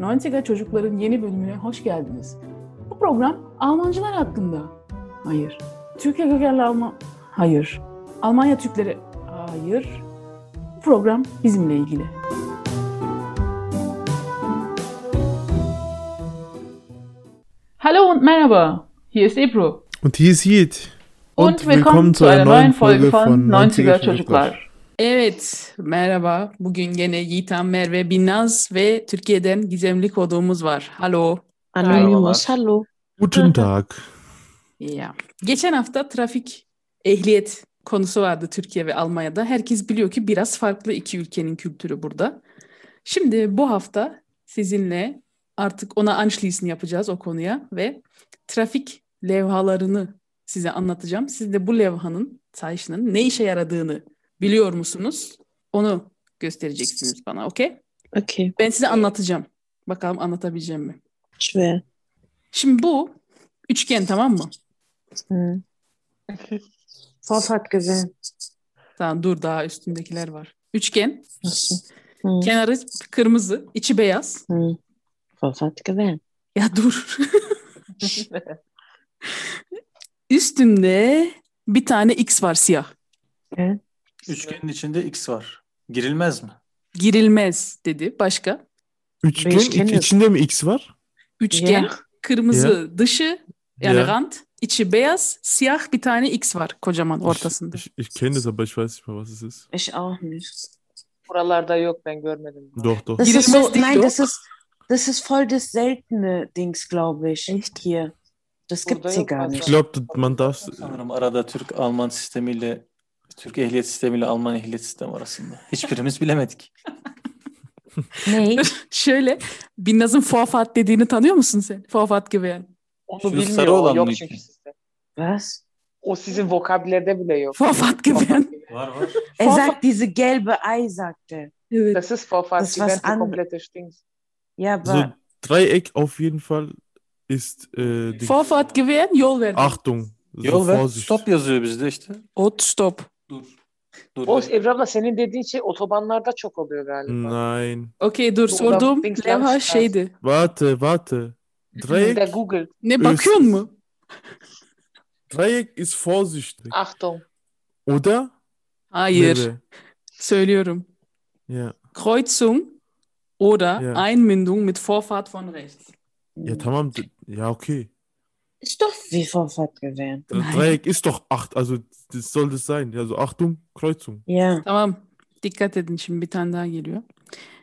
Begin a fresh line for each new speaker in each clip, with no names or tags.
Dantiga Çocukların yeni bölümüne hoş geldiniz. Bu program Almancılar hakkında. Hayır. Türkiye kökenli Alman... Hayır. Almanya Türkleri... Hayır. Bu program bizimle ilgili. Hallo und merhaba. Hier ist Ebru.
Und hier ist Yiğit.
Und, willkommen, zu einer neuen Folge von 90er Çocuklar.
Evet, merhaba. Bugün gene Yiğitan Merve Binnaz ve Türkiye'den gizemli konuğumuz var. Halo.
Anonymous, hallo.
Guten Tag.
Ya. Geçen hafta trafik ehliyet konusu vardı Türkiye ve Almanya'da. Herkes biliyor ki biraz farklı iki ülkenin kültürü burada. Şimdi bu hafta sizinle artık ona anschließen yapacağız o konuya ve trafik levhalarını size anlatacağım. Siz de bu levhanın, sayışının ne işe yaradığını biliyor musunuz? Onu göstereceksiniz bana, okey?
Okay,
Ben size anlatacağım. Bakalım anlatabileceğim mi?
schwer.
Şimdi bu üçgen tamam mı?
Hm. Ford hat gesehen.
Tamam dur daha üstündekiler var. Üçgen,
Achso. Hm.
kenarı kırmızı, içi beyaz.
Hm. Ford hat gewählt.
Ya dur. Üstünde bir tane X var siyah.
Üçgenin içinde x var. Girilmez mi?
Girilmez dedi. Başka.
Üçgen
Beş kere.
iç- içinde mi X var?
Üçgen,
Ya.
kırmızı dışı yani
Ya.
rant, içi beyaz, siyah bir tane X var kocaman ortasında.
Ich, ich, ich kenne das, aber ich weiß nicht mehr, was es ist.
Ich auch nicht.
Buralarda yok ben görmedim.
Doch, doch.
Das ist so,
Girilmezlik
nein,
yok.
das ist, das ist voll das seltene Dings, glaube ich.
Echt?
Hier. Das
Oder
gibt's hier gar
irgendwas.
Ich
nicht.
glaube, man darf...
Sanırım arada Türk-Alman sistemiyle Türk ehliyet sistemiyle Alman ehliyet sistemi arasında. Hiçbirimiz bilemedik.
Nee.
Şöyle Binnaz'ın Fuafat dediğini tanıyor musun sen? Fuafat gibi yani.
Onu
Şu
bilmiyor.
sarı
o
olan
yok
mı
çünkü
iki?
sizde.
Was?
O sizin vokabülerde bile yok.
Fuafat gibi.
Var var.
Er
Ford-
sagt diese gelbe Ei, sagt er.
Evet.
Das ist Vorfahrt.
Das
Das
was
was
an-
komplette Stings.
Ja,
So,
aber
Dreieck auf jeden Fall ist... Äh, die-
Fuafat gibi yol verdi.
Achtung. So,
Yol ver.
Vorsicht.
Stop yazıyor bizde işte.
Ot stop.
Dur. Dur.
O
dur.
Ebru abla senin dediğin şey otobanlarda çok oluyor galiba.
Nein.
Okey dur
Buradan
sorduğum
Think
levha
Lens
şeydi.
Warte, warte.
Bir de
Dreieck,
Google.
Ne bakıyorsun mu?
Dreieck ist vorsichtig.
Achtung.
Oder?
Hayır.
Nere?
Söylüyorum.
Ja.
Kreuzung oder
Ja.
Einmündung mit Vorfahrt von rechts.
ja, tamam. d- Ja, okay.
ist doch wie Ford hat gewählt.
Das
Nein.
Äh, Dreieck ist doch acht. Also, das soll das sein. Also, Achtung, Kreuzung.
Ja.
Tamam. Dikkat edin şimdi bir tane daha geliyor.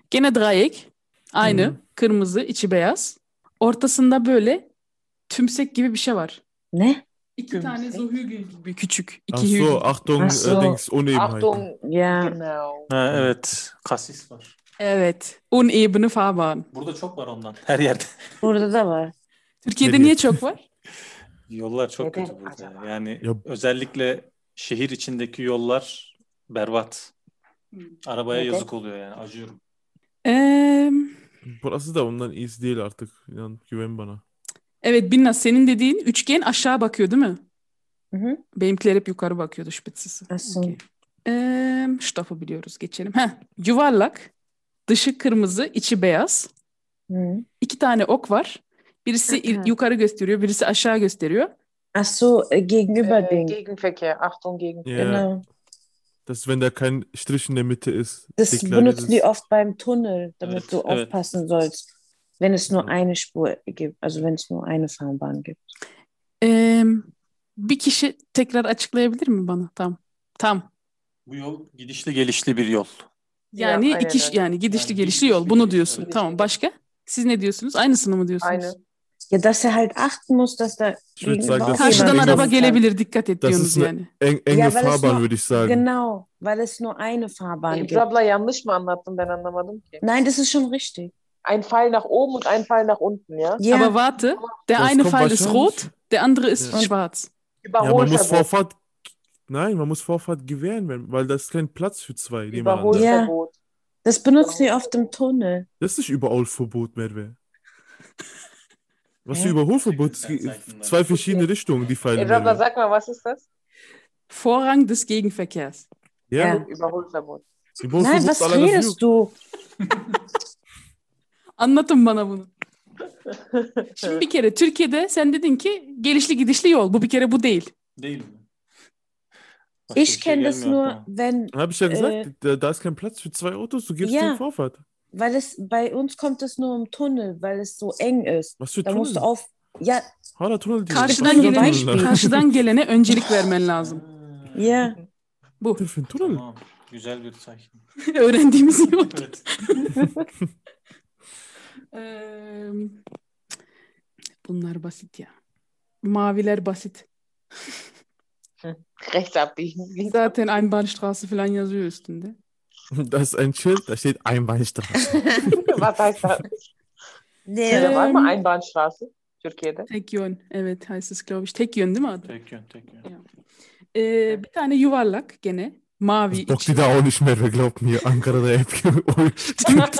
Gene drayek. Aynı.
Hı.
Kırmızı, içi beyaz. Ortasında böyle tümsek gibi bir şey var.
Ne?
İki
Tümsek.
tane Zohügel gibi küçük.
Ach
İki
so,
hügel.
Achtung,
Ach so.
allerdings Unebenheiten.
Achtung.
Ja.
Genau.
Ha, evet. Kasis var.
Evet. Unebene Fahrbahn.
Burada çok var ondan. Her yerde.
Wurde da was?
Türkiye'de
Geliyor.
niye çok var?
Yollar çok
Neden
kötü burada.
acaba?
Yani
Ya-
özellikle şehir içindeki yollar berbat. Arabaya
Hmm. Neden?
yazık oluyor yani. Acıyorum.
Eee,
Burası da E ondan iyisi değil artık. İnan, güven bana.
evet Binnaz senin dediğin üçgen aşağı bakıyor değil mi?
Mhm.
Benimkiler hep yukarı bakıyordu şüphesiz.
Nasıl?
Okey. Ee, Stoff'u biliyoruz geçelim. Heh, yuvarlak, dışı kırmızı, içi beyaz.
Mhm.
İki tane ok var. Birisi il-
Aha.
yukarı gösteriyor, birisi aşağı gösteriyor.
Ach so, äh, gegenüber
Ee,
Ding.
Gegenverkehr. Achtung gegen.
Ja,
Genau.
dass wenn da kein Strich in der Mitte ist,
Das
deklariert
benutzen
es-
die oft beim Tunnel, damit
Evet,
du
evet.
aufpassen sollst, wenn es nur
Ja.
eine Spur gibt, also wenn es nur eine Fahrbahn gibt.
Ee, bir kişi tekrar açıklayabilir mi bana? Tam. Tam.
Bu yol gidişli gelişli bir yol.
Yani
Ya, aynen
iki
öyle.
yani gidişli
Yani
gelişli yol.
gidişli
Bunu
gelişli,
diyorsun.
evet.
Tamam. Başka? Siz ne diyorsunuz? Aynısını mı diyorsunuz?
Aynı.
Ja, dass er halt achten muss, dass da
Ich würde sagen,
gegenüber
das
auch
ist
Karşıdan
Aynen.
jemand
araba
kommt.
gelebilir. Dikkat et
Das
diyorsunuz
ist ne-
yani.
Eng, enge
Ja, weil es
Fahrbahn,
nur-
würde ich sagen.
Genau, weil es nur eine Fahrbahn
Ebru
gibt.
abla yanlış mı anlattım ben anlamadım ki.
Nein, das ist schon richtig.
Ein Pfeil nach oben und ein Pfeil nach unten ya.
Ja,
Aber warte, der
Das
eine
kommt
Pfeil ist
wahrscheinlich-
rot, der andere ist
Ja.
schwarz.
Ja, man muss
Überholverbot.
Vorfahrt. Nein, man muss Vorfahrt gewähren, wenn, weil da ist kein Platz für zwei nebeneinander.
Ja.
Überholverbot.
das benutzen die oft im Tunnel.
Das ist nicht Überholverbot, Merve. Was für
Hä?
Überholverbot? Es gibt zwei verschiedene Richtungen, die Pfeile.
Ebru abla
Merve.
sag mal was ist das?
Vorrang des Gegenverkehrs.
Ja,
Ja.
Überholverbot.
Überholverbot
Nein, was
allein das
redest du?
Anlatın bana bunu. Şimdi bir kere Türkiye'de sen dedin ki gelişli gidişli yol. Bu bir kere bu değil.
Değil mi? Başka
Ich
bir şey
kenne das
gelmiyor
nur,
aklıma.
wenn,
Habe ich ja gesagt,
Äh.
da, da ist kein Platz für zwei Autos, du gibst
Ja.
den Vorfahrt.
weil es bei uns kommt es nur im Tunnel, weil es so eng ist.
Was für
Da
Tunnel?
musst du auf. Ja,
Hala Tunnel diyor.
Karşıdan
Başka
gelene,
bir şey.
karşıdan gelene öncelik vermen lazım.
Ha,
Hmm.
ja.
Bu
Was für ein Tunnel?
Tamam. Güzel bir say.
öğrendiğimiz yol.
evet.
Eee, Bunlar basit ya. Maviler basit.
Rechts abbiegen.
Zaten Einbahnstraße falan yazıyor üstünde.
Da ist ein Schild, da steht Einbahnstraße.
Was heißt das?
Nee.
Da war
Ähm.
mal Einbahnstraße, Türkiye'de.
Tek yön. Evet heißt es glaube ich. Tek yön değil mi adı?
Tek yön, tek yön.
Ee, bir tane yuvarlak gene. Mavi
Das
içi.
bockt die da auch nicht mehr, wer glaubt mir. Ankara'da hep
Stimmt.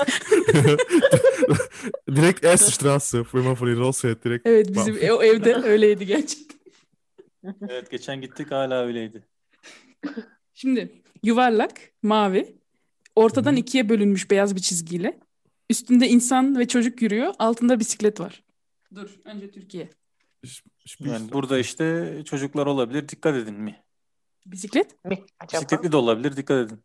Direkt erste Straße, wenn man von hier rausfährt, direkt.
evet bizim ev- evde öyleydi gerçekten.
Evet geçen gittik hala öyleydi.
Şimdi yuvarlak, mavi. Ortadan
Hı hı.
ikiye bölünmüş beyaz bir çizgiyle. Üstünde insan ve çocuk yürüyor. Altında bisiklet var. Dur önce Türkiye.
Yani burada işte çocuklar olabilir dikkat edin mi?
Bisiklet?
Mi acaba?
Bisikletli de olabilir dikkat edin.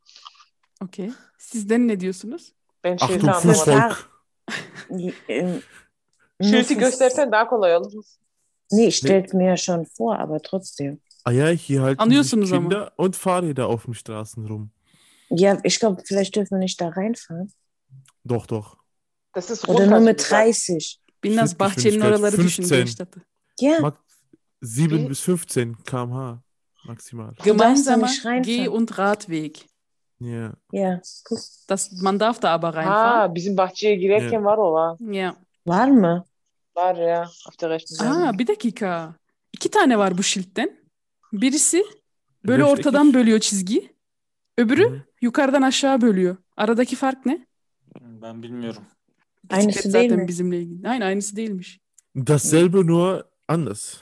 Okey. Sizden ne diyorsunuz?
Ben şiiri
Achtung,
anlamadım.
Fußvolk.
ähm,
Şiiri
Nüfus-
göstersen daha kolay olur.
Nee, ich stell's mir ja schon vor, aber trotzdem.
Ah ja, hier halten sich
Anlıyorsunuz ama.
Kinder und Fahrräder auf den Straßen rum.
Ja, ich glaube, vielleicht dürfen wir nicht da reinfahren.
Doch, doch.
Das ist
Oder nur mit
runterzugesagt.
30.
Binnaz
Şut
bahçenin
düşmüş kaç?
oraları düşün
15.
Gençtadı.
Ja,
Max 7
Wie?
bis 15 km/h maximal.
Gemeinsamer
nicht reinfahren.
Geh- und Radweg.
Ja.
ja. Guck,
Das, man darf da aber reinfahren.
Ha bizim bahçeye girerken
Evet.
var o ha.
Ja.
warme.
Var ya. Auf der rechten Seite.
Aa bir dakika. İki tane var bu şiltten. Birisi böyle
Beş
ortadan
dakika.
bölüyor çizgiyi. Öbürü
Hı.
yukarıdan aşağı bölüyor. Aradaki fark ne?
Ben bilmiyorum.
Aynısı
Bisiklet
değil
zaten
mi?
bizimle ilgili. Hayır aynısı değilmiş.
Dasselbe nur anders.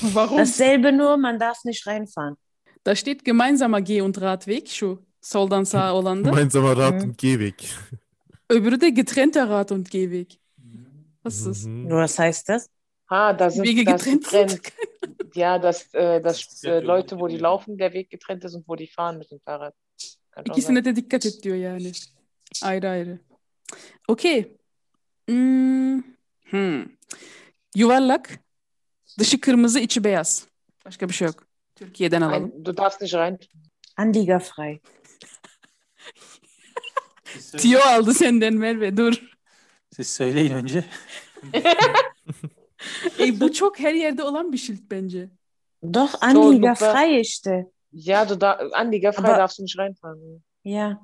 Warum?
Dasselbe nur, man darf nicht reinfahren.
Da steht gemeinsamer Geh- und Radweg şu soldan sağa olan da.
Gemeinsamer Rad-
Mhm.
und Gehweg.
Öbürü de getrennter Rad- und Gehweg. Nasıl?
Mhm.
Nur was heißt das?
Ha, da sind
Wege
das
getrennt sind.
getrennt. Ja, dass, äh, dass
Ja,
äh,
die
Leute, wo die
Umwege.
laufen, der Weg getrennt ist und wo die fahren mit dem Fahrrad. Kann schon sein.
İkisine de dikkat et diyor yani. Ayrı ayrı. Okey. Hmm. Hmm. Yuvarlak. Dışı kırmızı, içi beyaz. Başka bir şey yok. Türkiye'den alalım.
Ein, du darfst nicht rein.
Anliegerfrei.
Siz, söyle-
Tiyo aldı senden Merve dur.
Siz söyleyin önce.
Ey, bu çok her yerde olan bir şilt bence.
Doch, anliegerfrei ist der.
Ja, du da, Anliegerfrei
Aber-
darfst du nicht reinfahren.
Ja.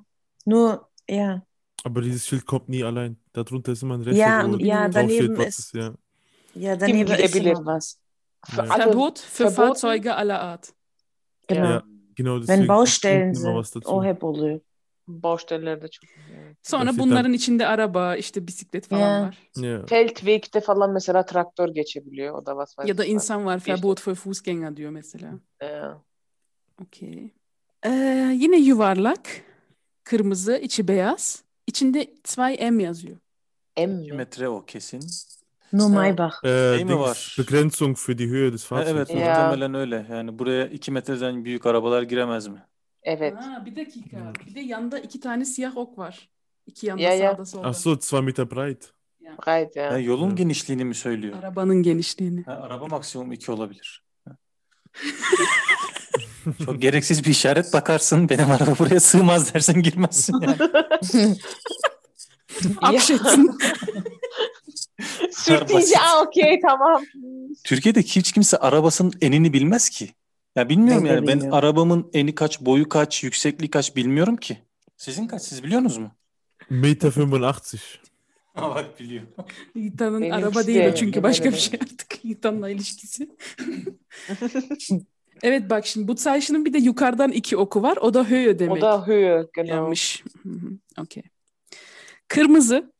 Nur, ja.
Aber dieses Schild kommt nie allein. Darunter ist immer ein Rest.
Ja,
wo
ja,
drauf steht,
daneben
was
ist-
ist, ja.
Ja, daneben
Im
ist
Billett.
immer was.
Ja.
Also,
Verbot für
verboten.
Fahrzeuge aller Art.
Genau.
Ja, Genau deswegen
Wenn
kommt
Baustellen
unten immer was
sind.
dazu.
Oh, Herr Bodel.
Baustellelerde çok. Evet.
Sonra
Gerçekten.
bunların içinde araba, işte bisiklet falan
Ya.
var.
ja.
Feldweg'de falan mesela traktör geçebiliyor. O da was weiß
Ya da
ich was.
insan var.
İşte.
Verbot für Fußgänger diyor mesela.
Ee,
Okey. Ee, yine yuvarlak, kırmızı, içi beyaz. İçinde 2M yazıyor.
M
2
mi?
metre o kesin.
Nur
Ja.
Maybach.
Äh,
Nehmen wir was.
Dings, Begrenzung für die Höhe des
Ha, evet
Fahrzeugs.
Ya.
muhtemelen öyle. Yani buraya 2 metreden büyük arabalar giremez mi?
Evet.
Ah.
Aa, bir dakika. Bir de yanda iki tane siyah ok var. İki yanda
Ya, ya.
sağda solda.
Ach so, zwei Meter breit.
Gayet
Ha,
ya.
yolun
Evet.
genişliğini mi söylüyor?
Arabanın genişliğini.
Ha, araba maksimum 2 olabilir. Ha. Çok gereksiz bir işaret bakarsın. Benim araba buraya sığmaz dersen girmezsin yani.
Akşetsin.
Sürtünce aa okey tamam.
Türkiye'de hiç kimse arabasının enini bilmez ki. Ya bilmiyorum
Ben de
yani ben
bilmiyorum.
arabamın eni kaç, boyu kaç, yüksekliği kaç bilmiyorum ki. Sizin kaç siz biliyorsunuz mu?
Meter 85.
Ha bak biliyor.
Yiğitan'ın
Benim
araba
ikisi
değil o
de
çünkü
öyle,
başka bir
öyle.
şey artık. Yiğitan'la ilişkisi. evet bak şimdi bu sayşının bir de yukarıdan iki oku var. O da höyo demek.
O da höhe genau.
Yanmış. Hı hı, Okey. Kırmızı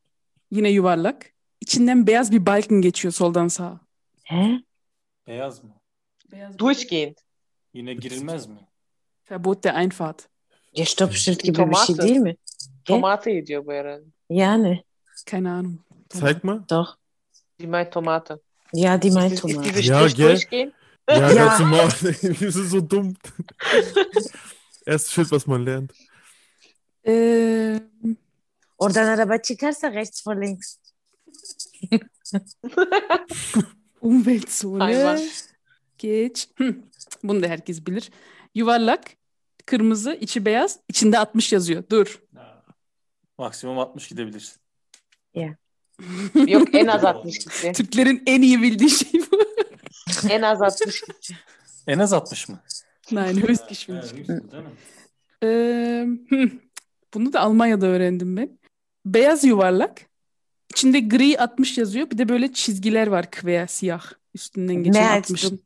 yine yuvarlak. İçinden beyaz bir balkın geçiyor soldan sağa.
Hä?
Beyaz mı?
Beyaz
Durchgehend.
Yine girilmez mi?
Verbot der Einfahrt.
Ja, Stoppschild
Die
gibt es
Tomate.
değil mi?
Tomate yediyor bu herhalde.
Yani.
Keine Ahnung.
Zeig mal.
ne. Doch.
Die meint Tomate.
Ja, die meint
Ist- ist
Thomas.
diese Strich
Ja, gell?
durchgehen?
Ja,
Ja.
ganz normal. Wir sind so dumm. Erstes Schild, was man lernt.
Ee,
Oradan araba çıkarsa rechts vor links.
Umweltzone.
Hayvan.
Geç. Hı, Bunu da herkes bilir. Yuvarlak, kırmızı, içi beyaz, içinde 60 yazıyor. Dur.
Maksimum 60 gidebilirsin.
Yok en az 60 gitti.
Türklerin en iyi bildiği şey bu.
En az 60 gitti.
En az 60 mı?
Nein, höchstgeschwindigkeit.
değil mi?
Ee, hı, bunu da Almanya'da öğrendim ben. Beyaz yuvarlak. İçinde gri 60 yazıyor. Bir de böyle çizgiler var kıvea siyah. Üstünden geçen
Mehr als
60'ın.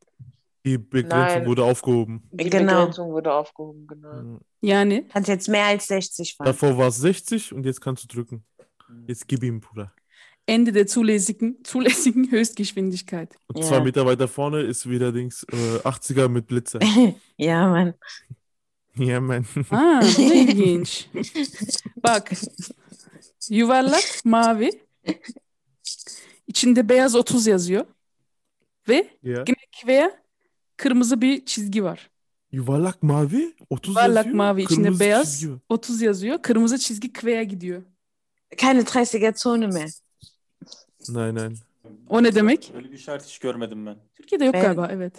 Die Begrenzung
Nein.
wurde aufgehoben. Mhm.
Die
Genau.
Begrenzung wurde aufgehoben,
Hm.
genau.
Yani
Hat jetzt mehr als 60 waren.
Davor war es 60 und jetzt kannst du drücken.
Mhm.
Jetzt gib ihm, Bruder.
Ende der zulässigen, zulässigen Höchstgeschwindigkeit.
Und
Ja.
zwei Meter weiter vorne ist wieder Dings äh, 80er mit Blitzer.
ja, Mann.
ja, Mann.
Aa, bu da ilginç. Bak. Yuvarlak mavi. İçinde beyaz 30 yazıyor. Ve
Ja.
kıvea kırmızı bir çizgi var.
Yuvarlak mavi. Oh, 30
Yuvarlak
yazıyor,
mavi içinde
kırmızı
beyaz.
çizgi var.
30 yazıyor. Kırmızı çizgi kıvea gidiyor.
Keine 30er Zone mehr.
Nein, nein.
O ne demek?
Öyle bir işaret hiç görmedim ben.
Türkiye'de yok
Ben-
galiba evet.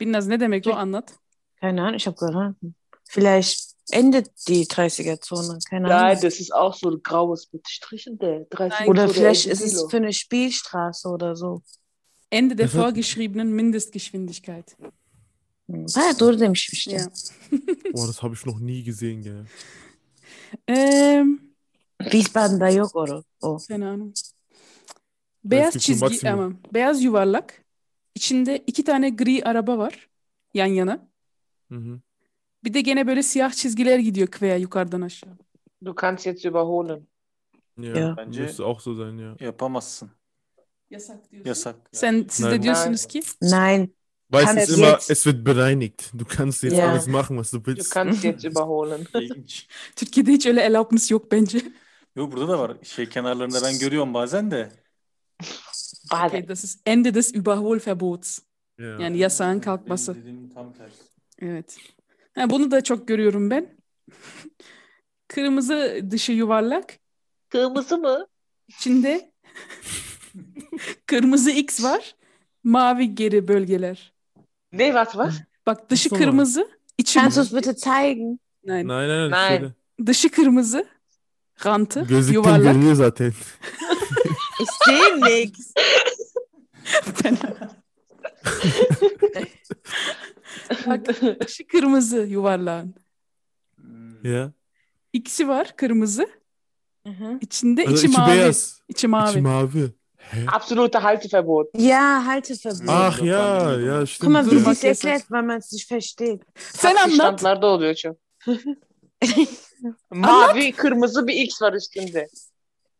Bilmez ne demek o anlat.
Keine Ahnung, ich habe geraten. Vielleicht endet die 30er Zone. Keine Ahnung.
Nein, das ist auch so ein graues mit Strichen, der 30
Oder
Kilo,
vielleicht
elf
ist es
Kilo.
für eine Spielstraße oder so.
Ende der
Das hat-
vorgeschriebenen Mindestgeschwindigkeit.
Ha doğru demişim işte.
Ja.
Boah, Oh, das habe ich noch nie gesehen, gell.
Ee,
Wiesbaden'da yok oru. O.
Fena hanım. Beyaz
Belki
çizgi
maksimum.
ama beyaz yuvarlak. İçinde iki tane gri araba var yan yana.
Mhm.
Bir de gene böyle siyah çizgiler gidiyor kıvaya yukarıdan aşağı.
Du kannst jetzt überholen.
Ja,
Ja.
Bence-
müsste auch so sein, ja.
Yapamazsın.
Yasak diyorsun.
Yasak.
Sen siz
Nein.
de diyorsunuz ki
Nein.
Weißt
Kannst
es immer,
jetzt-
es wird bereinigt. Du kannst jetzt
Ja.
alles machen, was du
Du
willst.
kannst jetzt überholen.
İlginç.
Türkiye'de hiç öyle elapmış yok bence.
Yo burada da var. Şey kenarlarında ben görüyorum bazen de.
Okay, das ist Ende des Überholverbots.
Ja.
Yani yasağın kalkması.
Benim dediğim tam tersi.
Evet. Ha, bunu da çok görüyorum ben. Kırmızı dışı yuvarlak.
Kırmızı mı?
İçinde kırmızı X var. Mavi geri bölgeler.
Ne, was, was?
Bak dışı
Nasıl mı?
kırmızı, içi
Kannst du es bitte zeigen?
Nein.
Nein, nein,
Nein.
nein.
Dışı kırmızı, rantı,
Gözlükten
yuvarlak.
görünüyor zaten.
Ich sehe nichts.
Bak, dışı kırmızı yuvarlağın.
Hmm.
Ja.
İkisi var kırmızı,
Mhm.
içinde
Also
içi
içi
mavi.
beyaz.
İçi mavi.
İçi mavi. Hä?
Absolute Halteverbot.
Ja, Halteverbot.
Ah,
Ach ja, ja, stimmt.
Guck mal, wie
ja.
sie
Markiert
es erklärt, weil man es nicht versteht.
Sen anlat.
Standlarda oluyor çok. Mavi, kırmızı bir X var üstünde.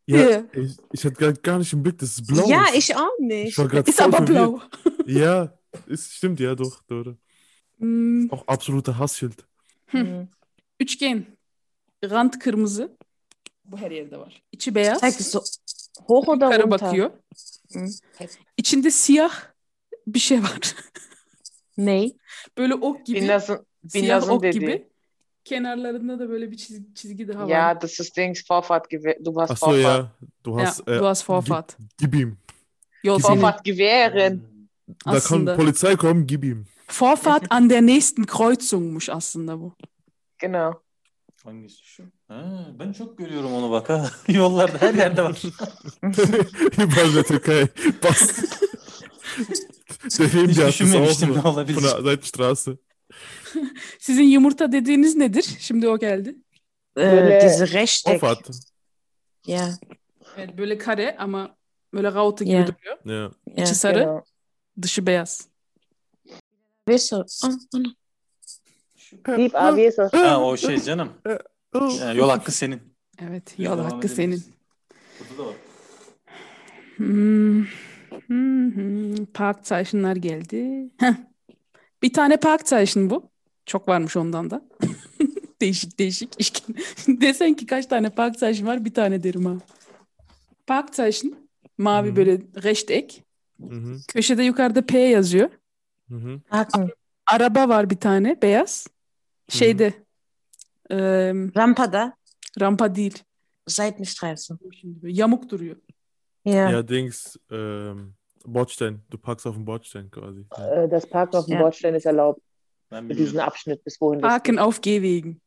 Ja, ich, ich hatte gerade gar nicht im Blick, dass es blau
Ja,
ist.
ich auch
Ich
nicht.
war gerade
Ist
voll
aber
verwirrt.
blau.
Ja, ist, stimmt, ja, doch, doch.
Hmm,
Auch absoluter Hassschild.
Hm.
Mhm.
üçgen. Rant kırmızı. Bu her yerde var. İçi beyaz.
Zeigt es so hoch oder
Yukarı
runter?
bakıyor.
Hı.
İçinde siyah bir şey var.
Nee.
Böyle ok gibi.
Binnas'ın,
siyah
Binnas'ın
ok
dediği.
gibi. Kenarlarında da böyle bir çizgi, çizgi daha var.
Ja, das ist Dings Vorfahrtgewehr. Du hast
Achso,
Vorfahrt.
ja, du hast,
ja,
äh,
du hast Vorfahrt.
gib ihm.
Yol
Gib ihm.
Vorfahrt
Vorfahrtgewehren.
Da kann
aslında.
Polizei kommen, gib ihm.
Vorfahrt an der nächsten Kreuzung'muş aslında bu.
Genau.
Hangisi şu? Ha, ben çok görüyorum onu bak ha. Yollarda her yerde var.
Überall in der Türkei. Passt. Der
Hiç
Nebenjahr ist auch
düşünmemiştim ne
nur von
olabilir.
der Seitenstraße.
Sizin yumurta dediğiniz nedir? Şimdi o geldi.
Äh,
Äh,
diese Rechteck.
Auffahrt.
Ja,
Evet, böyle kare ama böyle raute gibi
Ya.
duruyor.
Ja.
ja.
İçi sarı,
Genau.
dışı beyaz.
Weißt du? Oh, oh, no.
Deep Avesa.
Ha o şey canım.
Oh.
Ha, yol hakkı senin.
Evet, yol
Devam
hakkı senin.
edebilirsin. Burada da var.
Hmm. Hmm, hmm. Park zeichenler geldi. Heh. Bir tane park zeichen bu. Çok varmış ondan da. değişik değişik. İşte Desen ki kaç tane park zeichen var bir tane derim ha. Parkzeichen. Mavi
Hı.
böyle rechteck.
Mhm.
Köşede yukarıda P yazıyor.
Mhm.
Haken.
Araba var bir tane beyaz. Şeyde eee,
Rampada.
rampa değil.
Seitenstreifen.
Yamuk duruyor.
Ja.
Ja, Dings, ähm, Bordstein. Du parkst auf dem Bordstein quasi. Ja.
Äh, Das Parken auf dem
Ja.
Bordstein ist erlaubt
Ben
für diesen
biliyorum.
Abschnitt, bis wohin das
Parken auf Gehwegen.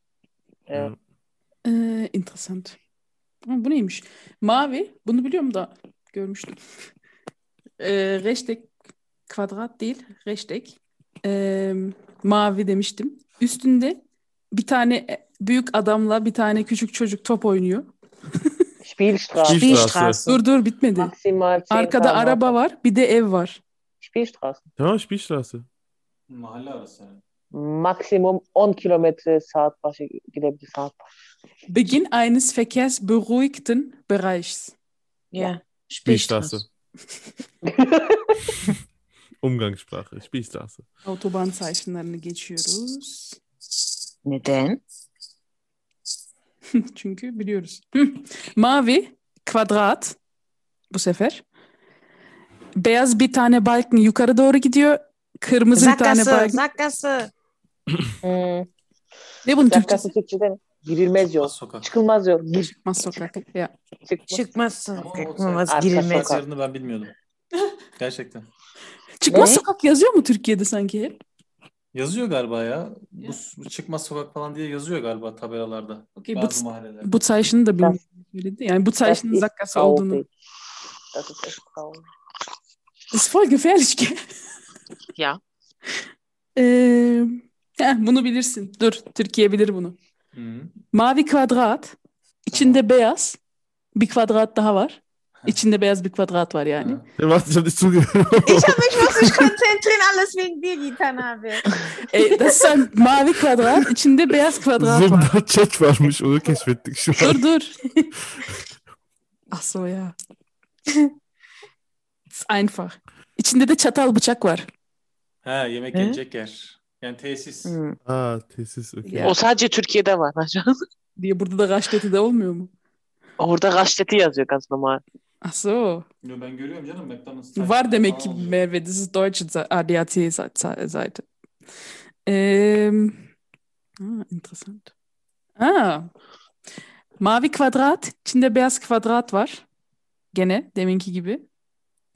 Ja.
Ee, interessant. Ama bu neymiş? Mavi, bunu biliyorum da görmüştüm. Ee, reştek, kvadrat değil, reştek. Ee, mavi demiştim. Üstünde bir tane e, büyük adamla bir tane küçük çocuk top oynuyor.
Spielstraße.
Spiel-
Spielstraße.
Dur dur bitmedi.
Maximal 10
Arkada
km/h.
araba var, bir de ev var.
Spielstraße.
Tamam Spielstraße.
Mahalle arası yani.
Maksimum 10 kilometre saat başı gidebilir saat başı.
Beginn eines Verkehrs beruhigten Bereichs.
Ja.
Spielstraße. Umgangssprache. Spielstraße.
Otoban sayfalarını geçiyoruz.
Neden?
Çünkü biliyoruz. Hı. Mavi, kvadrat bu sefer. Beyaz bir tane balkın yukarı doğru gidiyor. Kırmızı bir tane
Sackgasse.
balkın.
Sackgasse.
Hmm.
Ne bunun Türkçesi?
Dakikası Türkçe'de mi? Girilmez yol.
Sokak.
Çıkılmaz yol. Gir.
Mas sokak. Ya.
Çıkmaz.
Çıkmazsın.
Ama o
Çıkmaz.
sokak-
Girilmez.
Sokak yerini ben bilmiyordum. Gerçekten.
Çıkmaz
Ne?
sokak yazıyor mu Türkiye'de sanki hep?
Yazıyor galiba ya. Bu, bu çıkmaz sokak falan diye yazıyor galiba tabelalarda.
Okey,
Bazı
bu,
mahallelerde.
bu sayşını da bilmiyorum. Yani bu sayşının
ist
zakkası olduğunu.
Traurig. Das ist echt traurig.
Ist voll gefährlich. gell?
Ja.
Ee, heh, bunu bilirsin. Dur, Türkiye bilir bunu.
Hı.
Mavi kvadrat, içinde beyaz bir kvadrat daha var. İçinde beyaz bir kvadrat var yani.
Ha.
Warte, ich hab nicht zugehört.
Ich hab, ich muss mich konzentrieren, alles wegen dir, Gitanabe.
E, das ist ein mavi Quadrat, içinde beyaz kvadrat var.
Zımda çek varmış onu keşfettik şu an.
Dur dur. Aso ya. ist einfach. İçinde de çatal bıçak var.
Ha, yemek
Hı?
yenecek yer. Yani tesis.
Hı.
Aa tesis okey.
Ya.
O sadece Türkiye'de var.
Diye burada da raşleti de olmuyor mu?
Orada gazeteti yazıyor ganz normal.
Aso.
Yo, ben görüyorum canım McDonald's.
Var demek ki
Aa,
Merve. Das ist deutsche Sa- ADAC-Seite. Ähm, ah, interessant. Ah. Mavi Quadrat, içinde beyaz kvadrat var. Gene deminki gibi.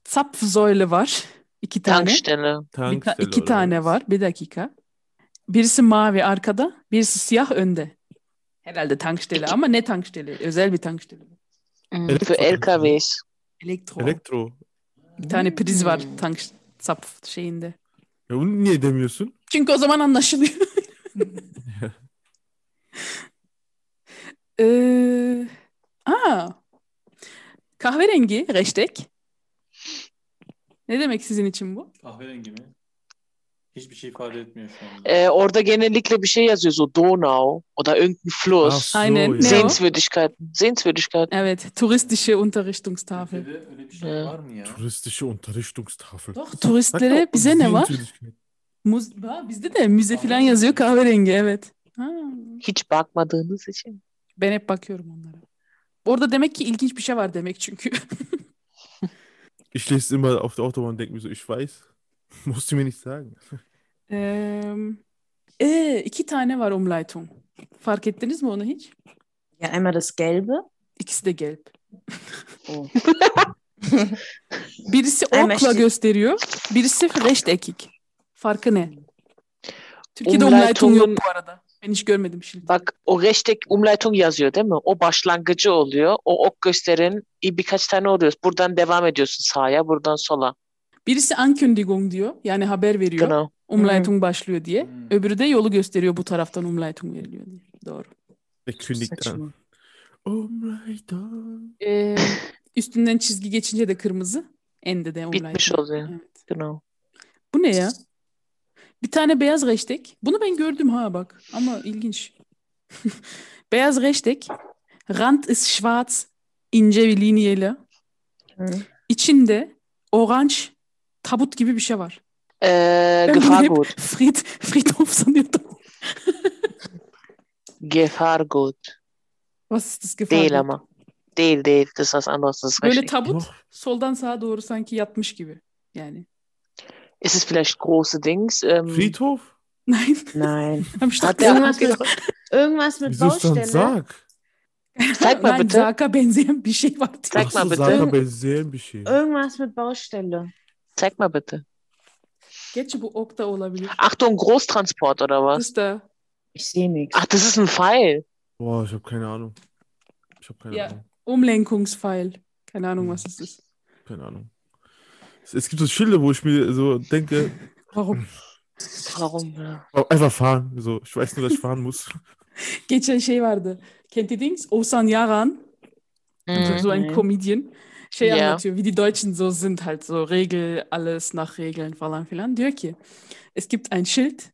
Zapfsäule var. iki tane.
Tankstelle.
Bir ta-
Tankstelle
iki
oder
tane
was?
var. Bir dakika. Birisi mavi arkada, birisi siyah önde. Herhalde tankstelle ama ne tankstelle? Özel bir tankstelle.
Mhm.
Elektro-
Für LKWs.
Elektro.
Elektro.
bir tane priz var
Hmm.
tank zapf şeyinde.
Ya bunu niye demiyorsun?
Çünkü o zaman anlaşılıyor. ee, aa, kahverengi reştek. Ne demek sizin için bu?
Kahverengi mi? Hiçbir şey ifade etmiyor şu anda.
Äh, orada genellikle bir şey yazıyor. So Donau oder irgendein Fluss.
so,
Aynen.
ya.
Ne o?
Sehenswürdigkeiten. Sehenswürdigkeiten.
Evet, turistische Unterrichtungstafel.
Ülkede öyle bir şey
Hı.
var mı ya?
Turistische Unterrichtungstafel.
Doch,
Sag doch,
turistlere bize ne var?
Sehenswürdigkeit.
Muz- Ha, bizde de müze falan yazıyor kahverengi evet. Ha,
Hiç bakmadığınız için.
ben hep bakıyorum onlara. Orada demek ki ilginç bir şey var demek çünkü.
Ich lese immer auf der Autobahn und denke mir so, ich weiß. Musst du mir nicht sagen.
Em, ee, iki tane var Umleitung. Fark ettiniz mi onu hiç?
Ja, einmal das Gelbe.
İkisi de gelip.
Oh.
Birisi
Ay,
okla
meşri-
gösteriyor. Birisi reşt ekik. Farkı ne? Türkiye'de
Umleitung'un-
umleitung yok bu arada. Ben hiç görmedim şimdi.
Bak o reştek umleitung yazıyor değil mi? O başlangıcı oluyor. O ok gösterin i- birkaç tane oluyor. Buradan devam ediyorsun sağa, buradan sola.
Birisi ankündigung diyor. Yani haber veriyor.
Genau.
Umleitung başlıyor diye.
Hmm.
Öbürü de yolu gösteriyor bu taraftan umleitung veriliyor diye. Doğru.
Der kündigt an. Oh
Saçma.
Umleitung.
Ee, üstünden çizgi geçince de kırmızı. Ende de umleitung.
Bitmiş oluyor.
Evet.
Genau.
Bu ne ya? Bir tane beyaz reştek. Bunu ben gördüm ha bak. Ama ilginç. beyaz reştek. Rand ist schwarz. ince bir linyeyle.
Hı.
İçinde oranj tabut gibi bir şey var.
Ee,
Ben bunu hep-
Gefahrgut.
Fried, Friedhof sanıyordum.
Gefahrgut.
Was ist das Gefahr?
Değil ama. Değil değil. Das ist was anderes. Das ist
Böyle
richtig.
tabut
Noch-
soldan sağa doğru sanki yatmış gibi. Yani.
Ist es vielleicht große Dings? Ähm,
Friedhof?
Nein.
Nein.
Hab ich
Hat
doch-
der-
Irgendwas mit, irgendwas mit
Wieso ist da ein
Baustelle.
Sarg?
zeig mal
Nein,
bitte.
Zarka benzeyen bir şey var.
Zeig
Ach
mal
so,
bitte. Äh.
Sarg'a benzeyen bir şey.
Irgendwas mit Baustelle.
Zeig mal bitte.
Gerçi bu ok da olabilir.
Achtung, Großtransport oder was?
Das da.
Ich sehe nichts.
Ach, das ist ein Pfeil.
Boah, ich habe keine Ahnung. Ich habe keine
Ja.
Ahnung.
Umlenkungsfeil. Keine Ahnung was es ist.
Keine Ahnung. Es, es gibt so Schilder, wo ich mir so denke,
Warum?
Warum? ja?
oh, einfach fahren. So, ich weiß nur, dass ich fahren muss.
Geçen şey vardı. Kennt ihr Dings? Oğuzhan Yaran. so-
Mhm.
So ein Comedian. Şey
Ja.
anlatıyor. Wie die Deutschen so sind halt. So Regel, alles nach Regeln falan filan. Diyor ki es gibt ein Schild.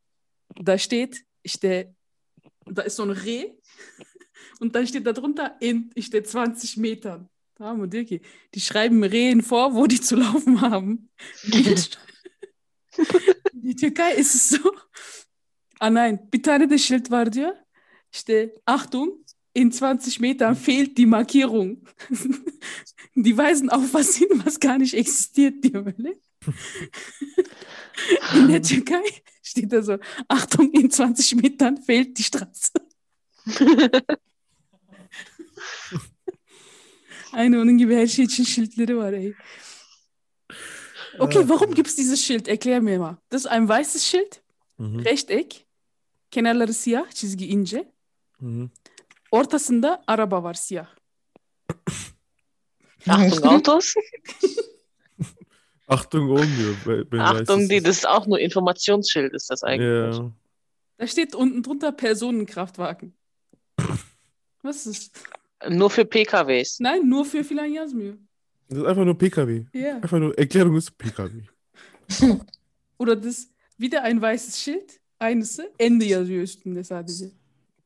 Da steht işte da ist so ein Reh. Und dann steht da drunter in işte 20 Metern. Tamam mı? Diyor ki die schreiben Rehen vor, wo die zu laufen haben. In der Türkei ist es so. Ah nein, bir tane de Schild var diyor. İşte Achtung, in 20 Metern fehlt die Markierung. die weisen auf was hin, was gar nicht existiert, diyor böyle. in der Türkei steht da so, Achtung, in 20 Metern fehlt die Straße. Aynı onun gibi her şey için şiltleri var ey. Okay, warum gibt es dieses Schild? Erklär mir mal. Das ist ein weißes Schild,
Mhm.
Rechteck, kenarları siyah, çizgi ince.
Mhm.
Ortasında araba var siyah.
Achtung, Autos.
Achtung, olmuyor. Be- ben
Achtung,
weiß
die,
es
das ist auch nur Informationsschild, ist das
nicht.
eigentlich.
Ja.
Da steht unten drunter Personenkraftwagen. Was ist?
Nur für PKWs.
Nein, nur für filan yazmıyor.
Das ist einfach nur PKW.
Ja.
Einfach nur Erklärung ist PKW.
Oder das wieder ein weißes Schild, aynısı Ende yazıyor üstünde sadece.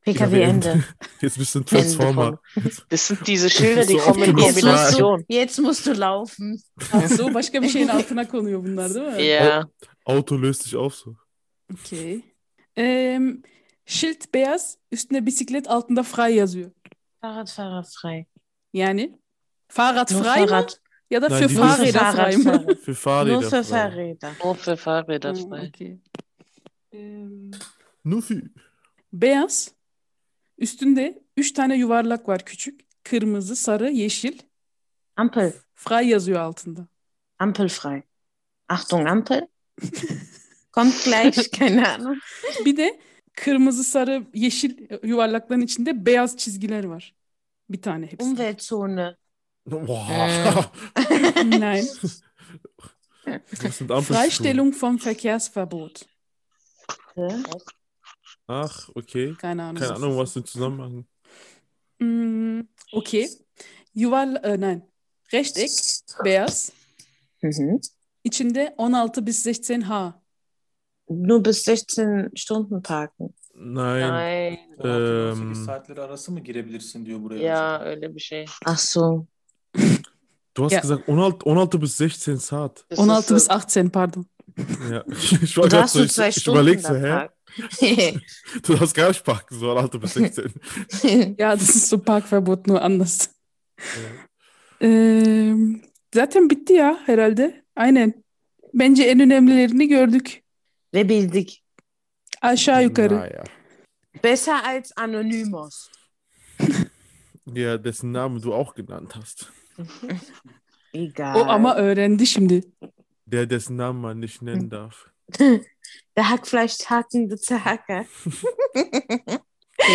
PKW Ende.
Jetzt bist du ein Transformer.
Das sind diese Schilder, die
So
kommen in
Optimus Prime.
Kombination.
Jetzt musst du laufen.
Ach so başka bir şeyin altına konuyor bunlar değil mi?
Ja.
Auto löst dich auf so.
Okay. Ähm, Schild beyaz, üstünde bisiklet, altında frei yazıyor.
Fahrradfahrer frei.
Yani Fahrrad
Nur
frei mi?
Fahrrad.
ya da
Nein,
für
die-
Nur für
Fahrräder frei mi?
Fahrradfahrer.
Für Fahrräder.
Nur
frei.
für Fahrräder.
Nur für Fahrräder
Ha,
frei.
okay. Ähm,
Nur für.
Beyaz. Üstünde üç tane yuvarlak var küçük. Kırmızı, sarı, yeşil.
Ampel.
Fray yazıyor altında.
Ampel frei. Achtung, Ampel. Kommt gleich, keine Ahnung.
Bir de kırmızı, sarı, yeşil yuvarlakların içinde beyaz çizgiler var. Bir tane hepsi.
Umweltzone.
Boah.
Nein.
Was mit Ampel zu tun?
Freistellung vom Verkehrsverbot.
Ach, okay.
Keine Ahnung.
Keine Ahnung, was den Zusammenhang.
Hmm, okay. Yuvarla... e, nein. Rechteck, beyaz.
Mhm.
İçinde 16 bis 16 H.
Nur bis 16 Stunden parken.
Nein.
Nein.
18
Ähm.
saatleri arası mı girebilirsin diyor buraya.
Ja, öyle bir şey.
Ach so.
Du hast
Ja.
gesagt 16, 16 bis 16 Zart.
Das
16 bis
ist,
18 pardon.
Ja. Ich war
Und da
grad
hast
so,
du
ich,
zwei
ich
Stunden
überleg so,
da
hä?
parken.
Du darfst gar nicht parken, so 18 bis 16.
Ja, das ist so Parkverbot nur anders. Ee, zaten bitti ya herhalde. Aynen. Bence en önemlilerini gördük.
Ve bildik.
Aşağı yukarı.
Naja.
Besser als Anonymous.
Ja, dessen Namen du auch genannt hast.
Egal.
O ama öğrendi şimdi.
Der, dessen Namen man nicht nennen
Hm.
darf.
Der Hackfleischhaken, der Hacker.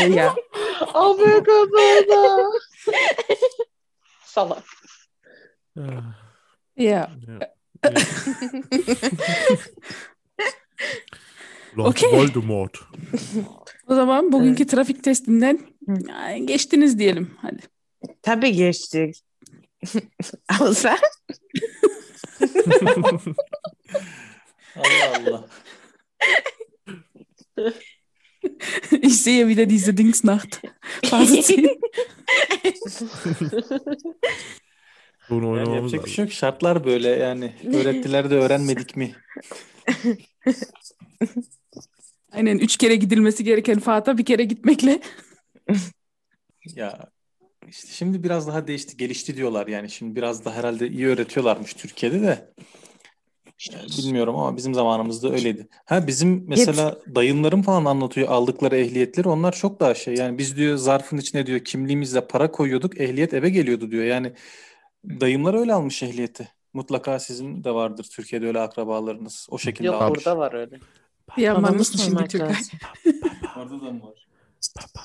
ya.
oh mein Gott, Alter. Salak.
Ja.
Ya.
ja. ja. Lord
Okay.
Voldemort.
O zaman bugünkü trafik testinden
Hı.
ay, geçtiniz diyelim. Hadi.
Tabii geçtik. Außer
Allah Allah.
Ich sehe wieder diese Dingsnacht. Phase 10.
Bunu
Yani
oynamamız
yapacak bir
lazım.
şey yok. Şartlar böyle yani. Öğrettiler de öğrenmedik mi?
Aynen üç kere gidilmesi gereken Fat'a bir kere gitmekle.
Ya İşte şimdi biraz daha değişti, gelişti diyorlar yani. Şimdi biraz da herhalde iyi öğretiyorlarmış Türkiye'de de. Yani Bilmiyorum ama bizim zamanımızda öyleydi. Ha bizim mesela dayımlarım falan anlatıyor aldıkları ehliyetleri. Onlar çok daha şey. Yani biz diyor zarfın içine diyor kimliğimizle para koyuyorduk. Ehliyet eve geliyordu diyor. Yani dayımlar öyle almış ehliyeti. Mutlaka sizin de vardır Türkiye'de öyle akrabalarınız. O şekilde
Yok
almış.
burada var öyle.
Yamanız
Babamız
şimdi
sormak
Türkiye.
lazım.
Orada da mı var?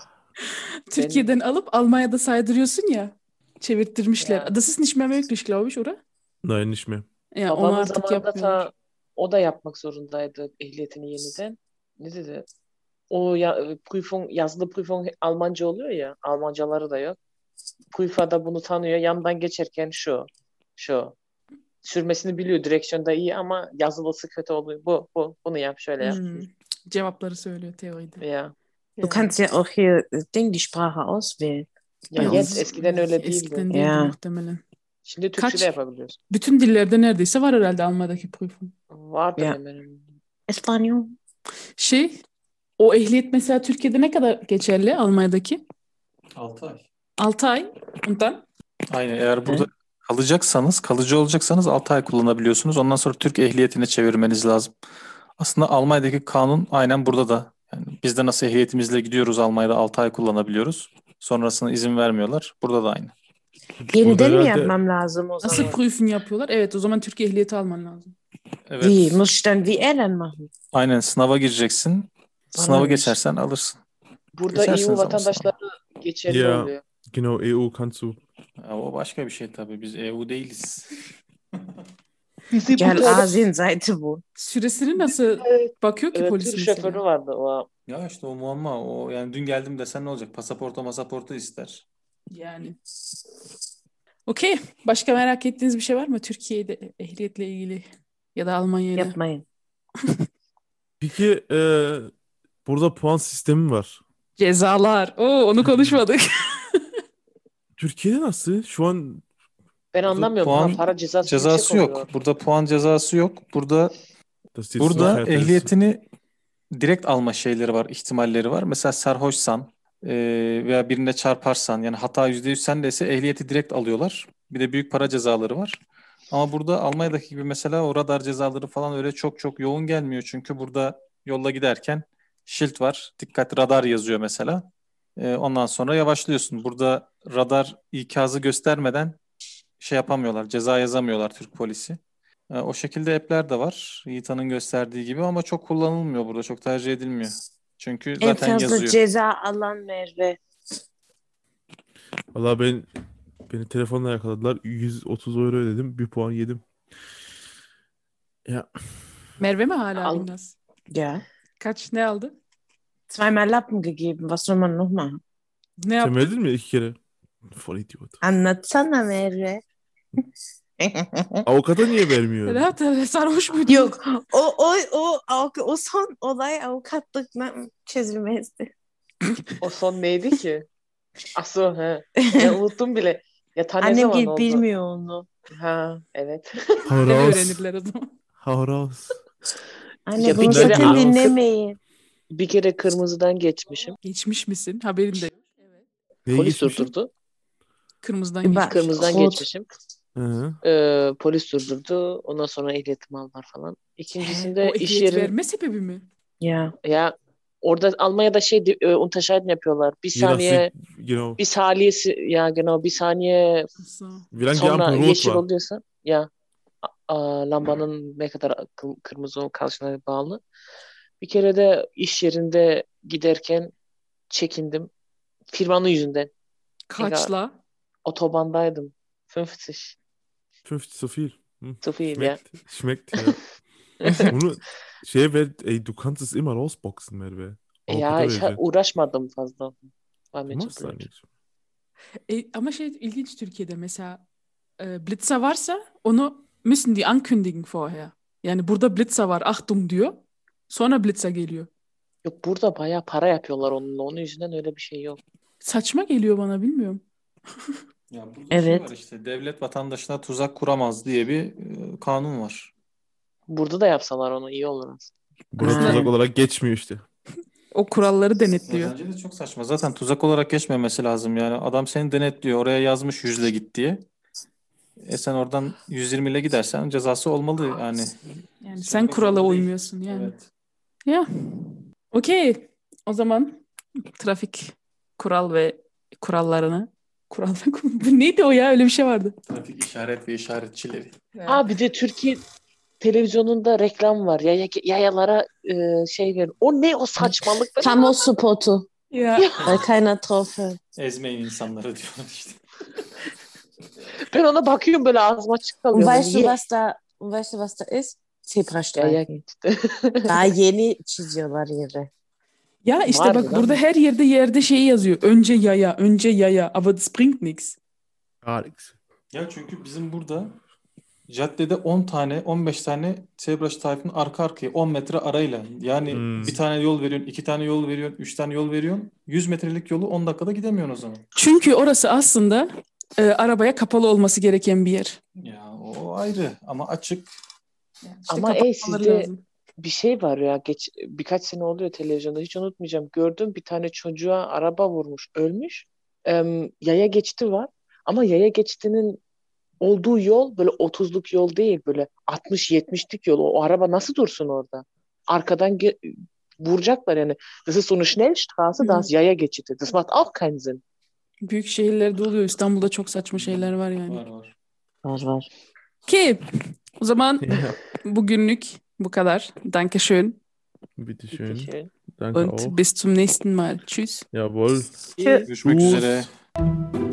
Türkiye'den alıp Almanya'da saydırıyorsun ya. Çevirttirmişler.
Ya.
Das ist nicht mehr möglich, glaube ich, oder?
Nein nicht mehr.
Ya onu
Babamın
artık
zamanında
yapmıyor.
ta o da yapmak zorundaydı ehliyetini yeniden. Ne dedi? O ya, Prüfung, yazılı Prüfung Almanca oluyor ya. Almancaları da yok. Prüfer da bunu tanıyor. Yandan geçerken şu. Şu. Sürmesini biliyor. Direksiyonda iyi ama yazılısı kötü oluyor. Bu, bu. Bunu yap. Şöyle yap.
Hmm. Cevapları söylüyor teoride.
Ya.
Du kannst ja auch hier äh, Ding die Sprache auswählen.
ya
Yalnız
yes, eskiden öyle değildi.
Eskiden değildi
Ya.
muhtemelen.
Şimdi Türkçe
Kaç-
de yapabiliyorsun.
Bütün dillerde neredeyse var herhalde Almanya'daki Prüfung.
Vardır
Ya.
hemen hemen.
Espanol.
Şey, o ehliyet mesela Türkiye'de ne kadar geçerli Almanya'daki?
6 ay.
6 ay. Bundan
Aynen eğer burada kalacaksanız, kalıcı olacaksanız 6 ay kullanabiliyorsunuz. Ondan sonra Türk ehliyetine çevirmeniz lazım. Aslında Almanya'daki kanun aynen burada da. Yani biz de nasıl ehliyetimizle gidiyoruz Almanya'da 6 ay kullanabiliyoruz. Sonrasına izin vermiyorlar. Burada da aynı.
Yeniden mi
herhalde-
yapmam lazım o
nasıl
zaman?
Prüfung yapıyorlar? Evet o zaman Türkiye ehliyeti alman lazım.
Evet.
Wie? Muss ich dann wie er dann machen?
Aynen sınava gireceksin. Sınava
Anlamış.
geçersen alırsın.
Burada
Geçersiniz
EU
ama
vatandaşları geçerli
Ya.
oluyor.
Genau, EU kannst du.
Ya o başka bir şey tabii. Biz EU değiliz.
Bizi
Gel
burada
Asienseite wo?
Süresini nasıl bakıyor ki
e,
polis
tır
mesela?
şoförü vardı. O
Ya işte o muamma. O yani dün geldim desen ne olacak? Pasaporta masaporta ister.
Yani. Okey. Başka merak ettiğiniz bir şey var mı? Türkiye'de ehliyetle ilgili ya da Almanya'yla.
Yapmayın.
Peki e, burada puan sistemi var.
Cezalar. Oo, onu konuşmadık.
Türkiye'de nasıl? Şu an
Ben anlamıyorum.
puan-
ha, para cezası, şey
Cezası
yüksek
yok.
oluyor.
Burada puan cezası yok. Burada
das jetzt
burada
noch härter ist.
ehliyetini direkt alma şeyleri var, ihtimalleri var. Mesela sarhoşsan e, veya birine çarparsan yani hata %100 sendeyse ehliyeti direkt alıyorlar. Bir de büyük para cezaları var. Ama burada Almanya'daki gibi mesela o radar cezaları falan öyle çok çok yoğun gelmiyor. Çünkü burada yolla giderken şilt var. Dikkat radar yazıyor mesela. E, ondan sonra yavaşlıyorsun. Burada radar ikazı göstermeden şey yapamıyorlar. Ceza yazamıyorlar Türk polisi. E, O şekilde app'ler de var. Yiğitan'ın gösterdiği gibi ama çok kullanılmıyor burada. Çok tercih edilmiyor. Çünkü
En
zaten
fazla
yazıyor.
ceza alan Merve.
Valla ben beni telefonla yakaladılar. 130 euro ödedim. Bir puan yedim. Ya
Merve mi hala
Al-
biraz?
Ja.
Kaç ne aldı?
Zweimal Lappen gegeben. Was soll man noch machen?
Ne
sen
yaptı?
verdin mi iki kere? Full idiot.
Anlatsana Merve.
Avukata niye vermiyor?
Rahat rahat sarhoş muydu?
Yok. O, o, o, o, o son olay avukatlıkla çözülmezdi.
O son neydi ki? Asu he. Ya unuttum bile. Ya ta ne
Annem
zaman
gibi
oldu?
bilmiyor onu.
Ha evet.
Ne
Haraus.
öğrenirler o zaman?
Haraus.
Anne
Ya
bunu
bir kere
sakın
avukat-
dinlemeyin.
Bir kere kırmızıdan geçmişim.
Geçmiş misin? Haberin de yok. Evet.
Neye
Polis
geçmişim?
durdurdu.
Kırmızıdan
Ben-
geçmiş.
Kırmızıdan
Hold.
geçmişim.
Hı.
Ee, polis durdurdu. Ondan sonra ehliyetim aldılar falan.
O
İkincisinde iş
ehliyet
yerin
verme sebebi mi?
Ya.
ya orada Almanya'da şey di- e, Unterscheiden yapıyorlar. Bir
Je nachdem-
saniye
Genau.
bir saniyesi ya genau bir saniye
Nasıl?
Wie lange die
sonra
Ampel rot
yeşil
war.
oluyorsa ya a- a, lambanın ne kadar kı- kırmızı olup kalışına bağlı. Bir kere de iş yerinde giderken çekindim. Firmanın yüzünden.
Kaçla?
Otobandaydım. 50
50 zu viel. Hm.
Zu viel, ja.
Schmeckt, schmeckt, ja. Onu şey ver, ey, du kannst es immer rausboxen Merve.
E Ya
Avukata
hiç
vereceksin.
uğraşmadım fazla. Var mı
Olmaz
çok
lan hiç.
E, ama şey ilginç Türkiye'de mesela e, Blitzer varsa onu müssen die ankündigen vorher. Yani burada Blitzer var Achtung diyor. Sonra Blitzer geliyor.
Yok burada bayağı para yapıyorlar onunla. Onun yüzünden öyle bir şey yok.
Saçma geliyor bana bilmiyorum.
Ya burada şey
Evet.
var işte devlet vatandaşına tuzak kuramaz diye bir e, kanun var.
Burada da yapsalar onu iyi olur aslında.
Burada tuzak olarak geçmiyor işte.
O kuralları
Ya
denetliyor.
bence de çok saçma. Zaten tuzak olarak geçmemesi lazım yani. Adam seni denetliyor. Oraya yazmış 100 ile git diye. E sen oradan 120 ile gidersen cezası olmalı yani.
Yani sen
Söylemek
kurala
zorunda değil.
uymuyorsun yani.
Evet.
Ya. Okey. O zaman trafik kural ve kurallarını kural ve kur- neydi o ya öyle bir şey vardı.
Trafik işaret ve işaretçileri.
Ha bir de Türkiye televizyonunda reklam var. Yaya, yayalara e, şey ver. O ne o saçmalık? Ben
Kamu spotu.
Ya
Weil keiner drauf hört.
Ezmeyin insanları diyorlar işte.
Ben ona bakıyorum böyle ağzıma açık
Und
kalıyor.
weißt du,
Niye?
was da, und weißt du, was da ist?
Yaya
Zebrastreifen.
gitti.
Daha yeni çiziyorlar yere.
ya işte
Var
bak
lan.
burada her yerde yerde şeyi yazıyor. Önce yaya, önce yaya. Aber das bringt nichts.
Alex.
Ya çünkü bizim burada caddede 10 tane 15 tane Tebrush Tayfun arka arkaya 10 metre arayla yani
Hmm.
bir tane yol veriyorsun, iki tane yol veriyorsun, üç tane yol veriyorsun. 100 metrelik yolu 10 dakikada gidemiyorsun o zaman.
Çünkü orası aslında e, arabaya kapalı olması gereken bir yer.
Ya o ayrı ama açık.
İşte
Ama ey
kapatmaları
sizde
lazım.
bir şey var ya geç birkaç sene oluyor televizyonda hiç unutmayacağım. Gördüm bir tane çocuğa araba vurmuş, ölmüş. Em, yaya geçti var. Ama yaya geçtinin olduğu yol böyle 30'luk yol değil böyle 60-70'lik yol. O, o araba nasıl dursun orada? Arkadan ge- vuracaklar yani. Das ist so eine Schnellstraße, da ist yaya geçidi. Das macht auch keinen Sinn.
Büyük şehirlerde oluyor. İstanbul'da çok saçma şeyler var yani.
Var var.
Var var.
Ki o zaman
Ja,
bugünlük bu kadar. Danke schön.
bitte
Bitte
schön.
schön.
Danke
Und
auch.
bis zum nächsten Mal. Tschüss.
Jawohl.
Görüşmek
Tschüss.
üzere.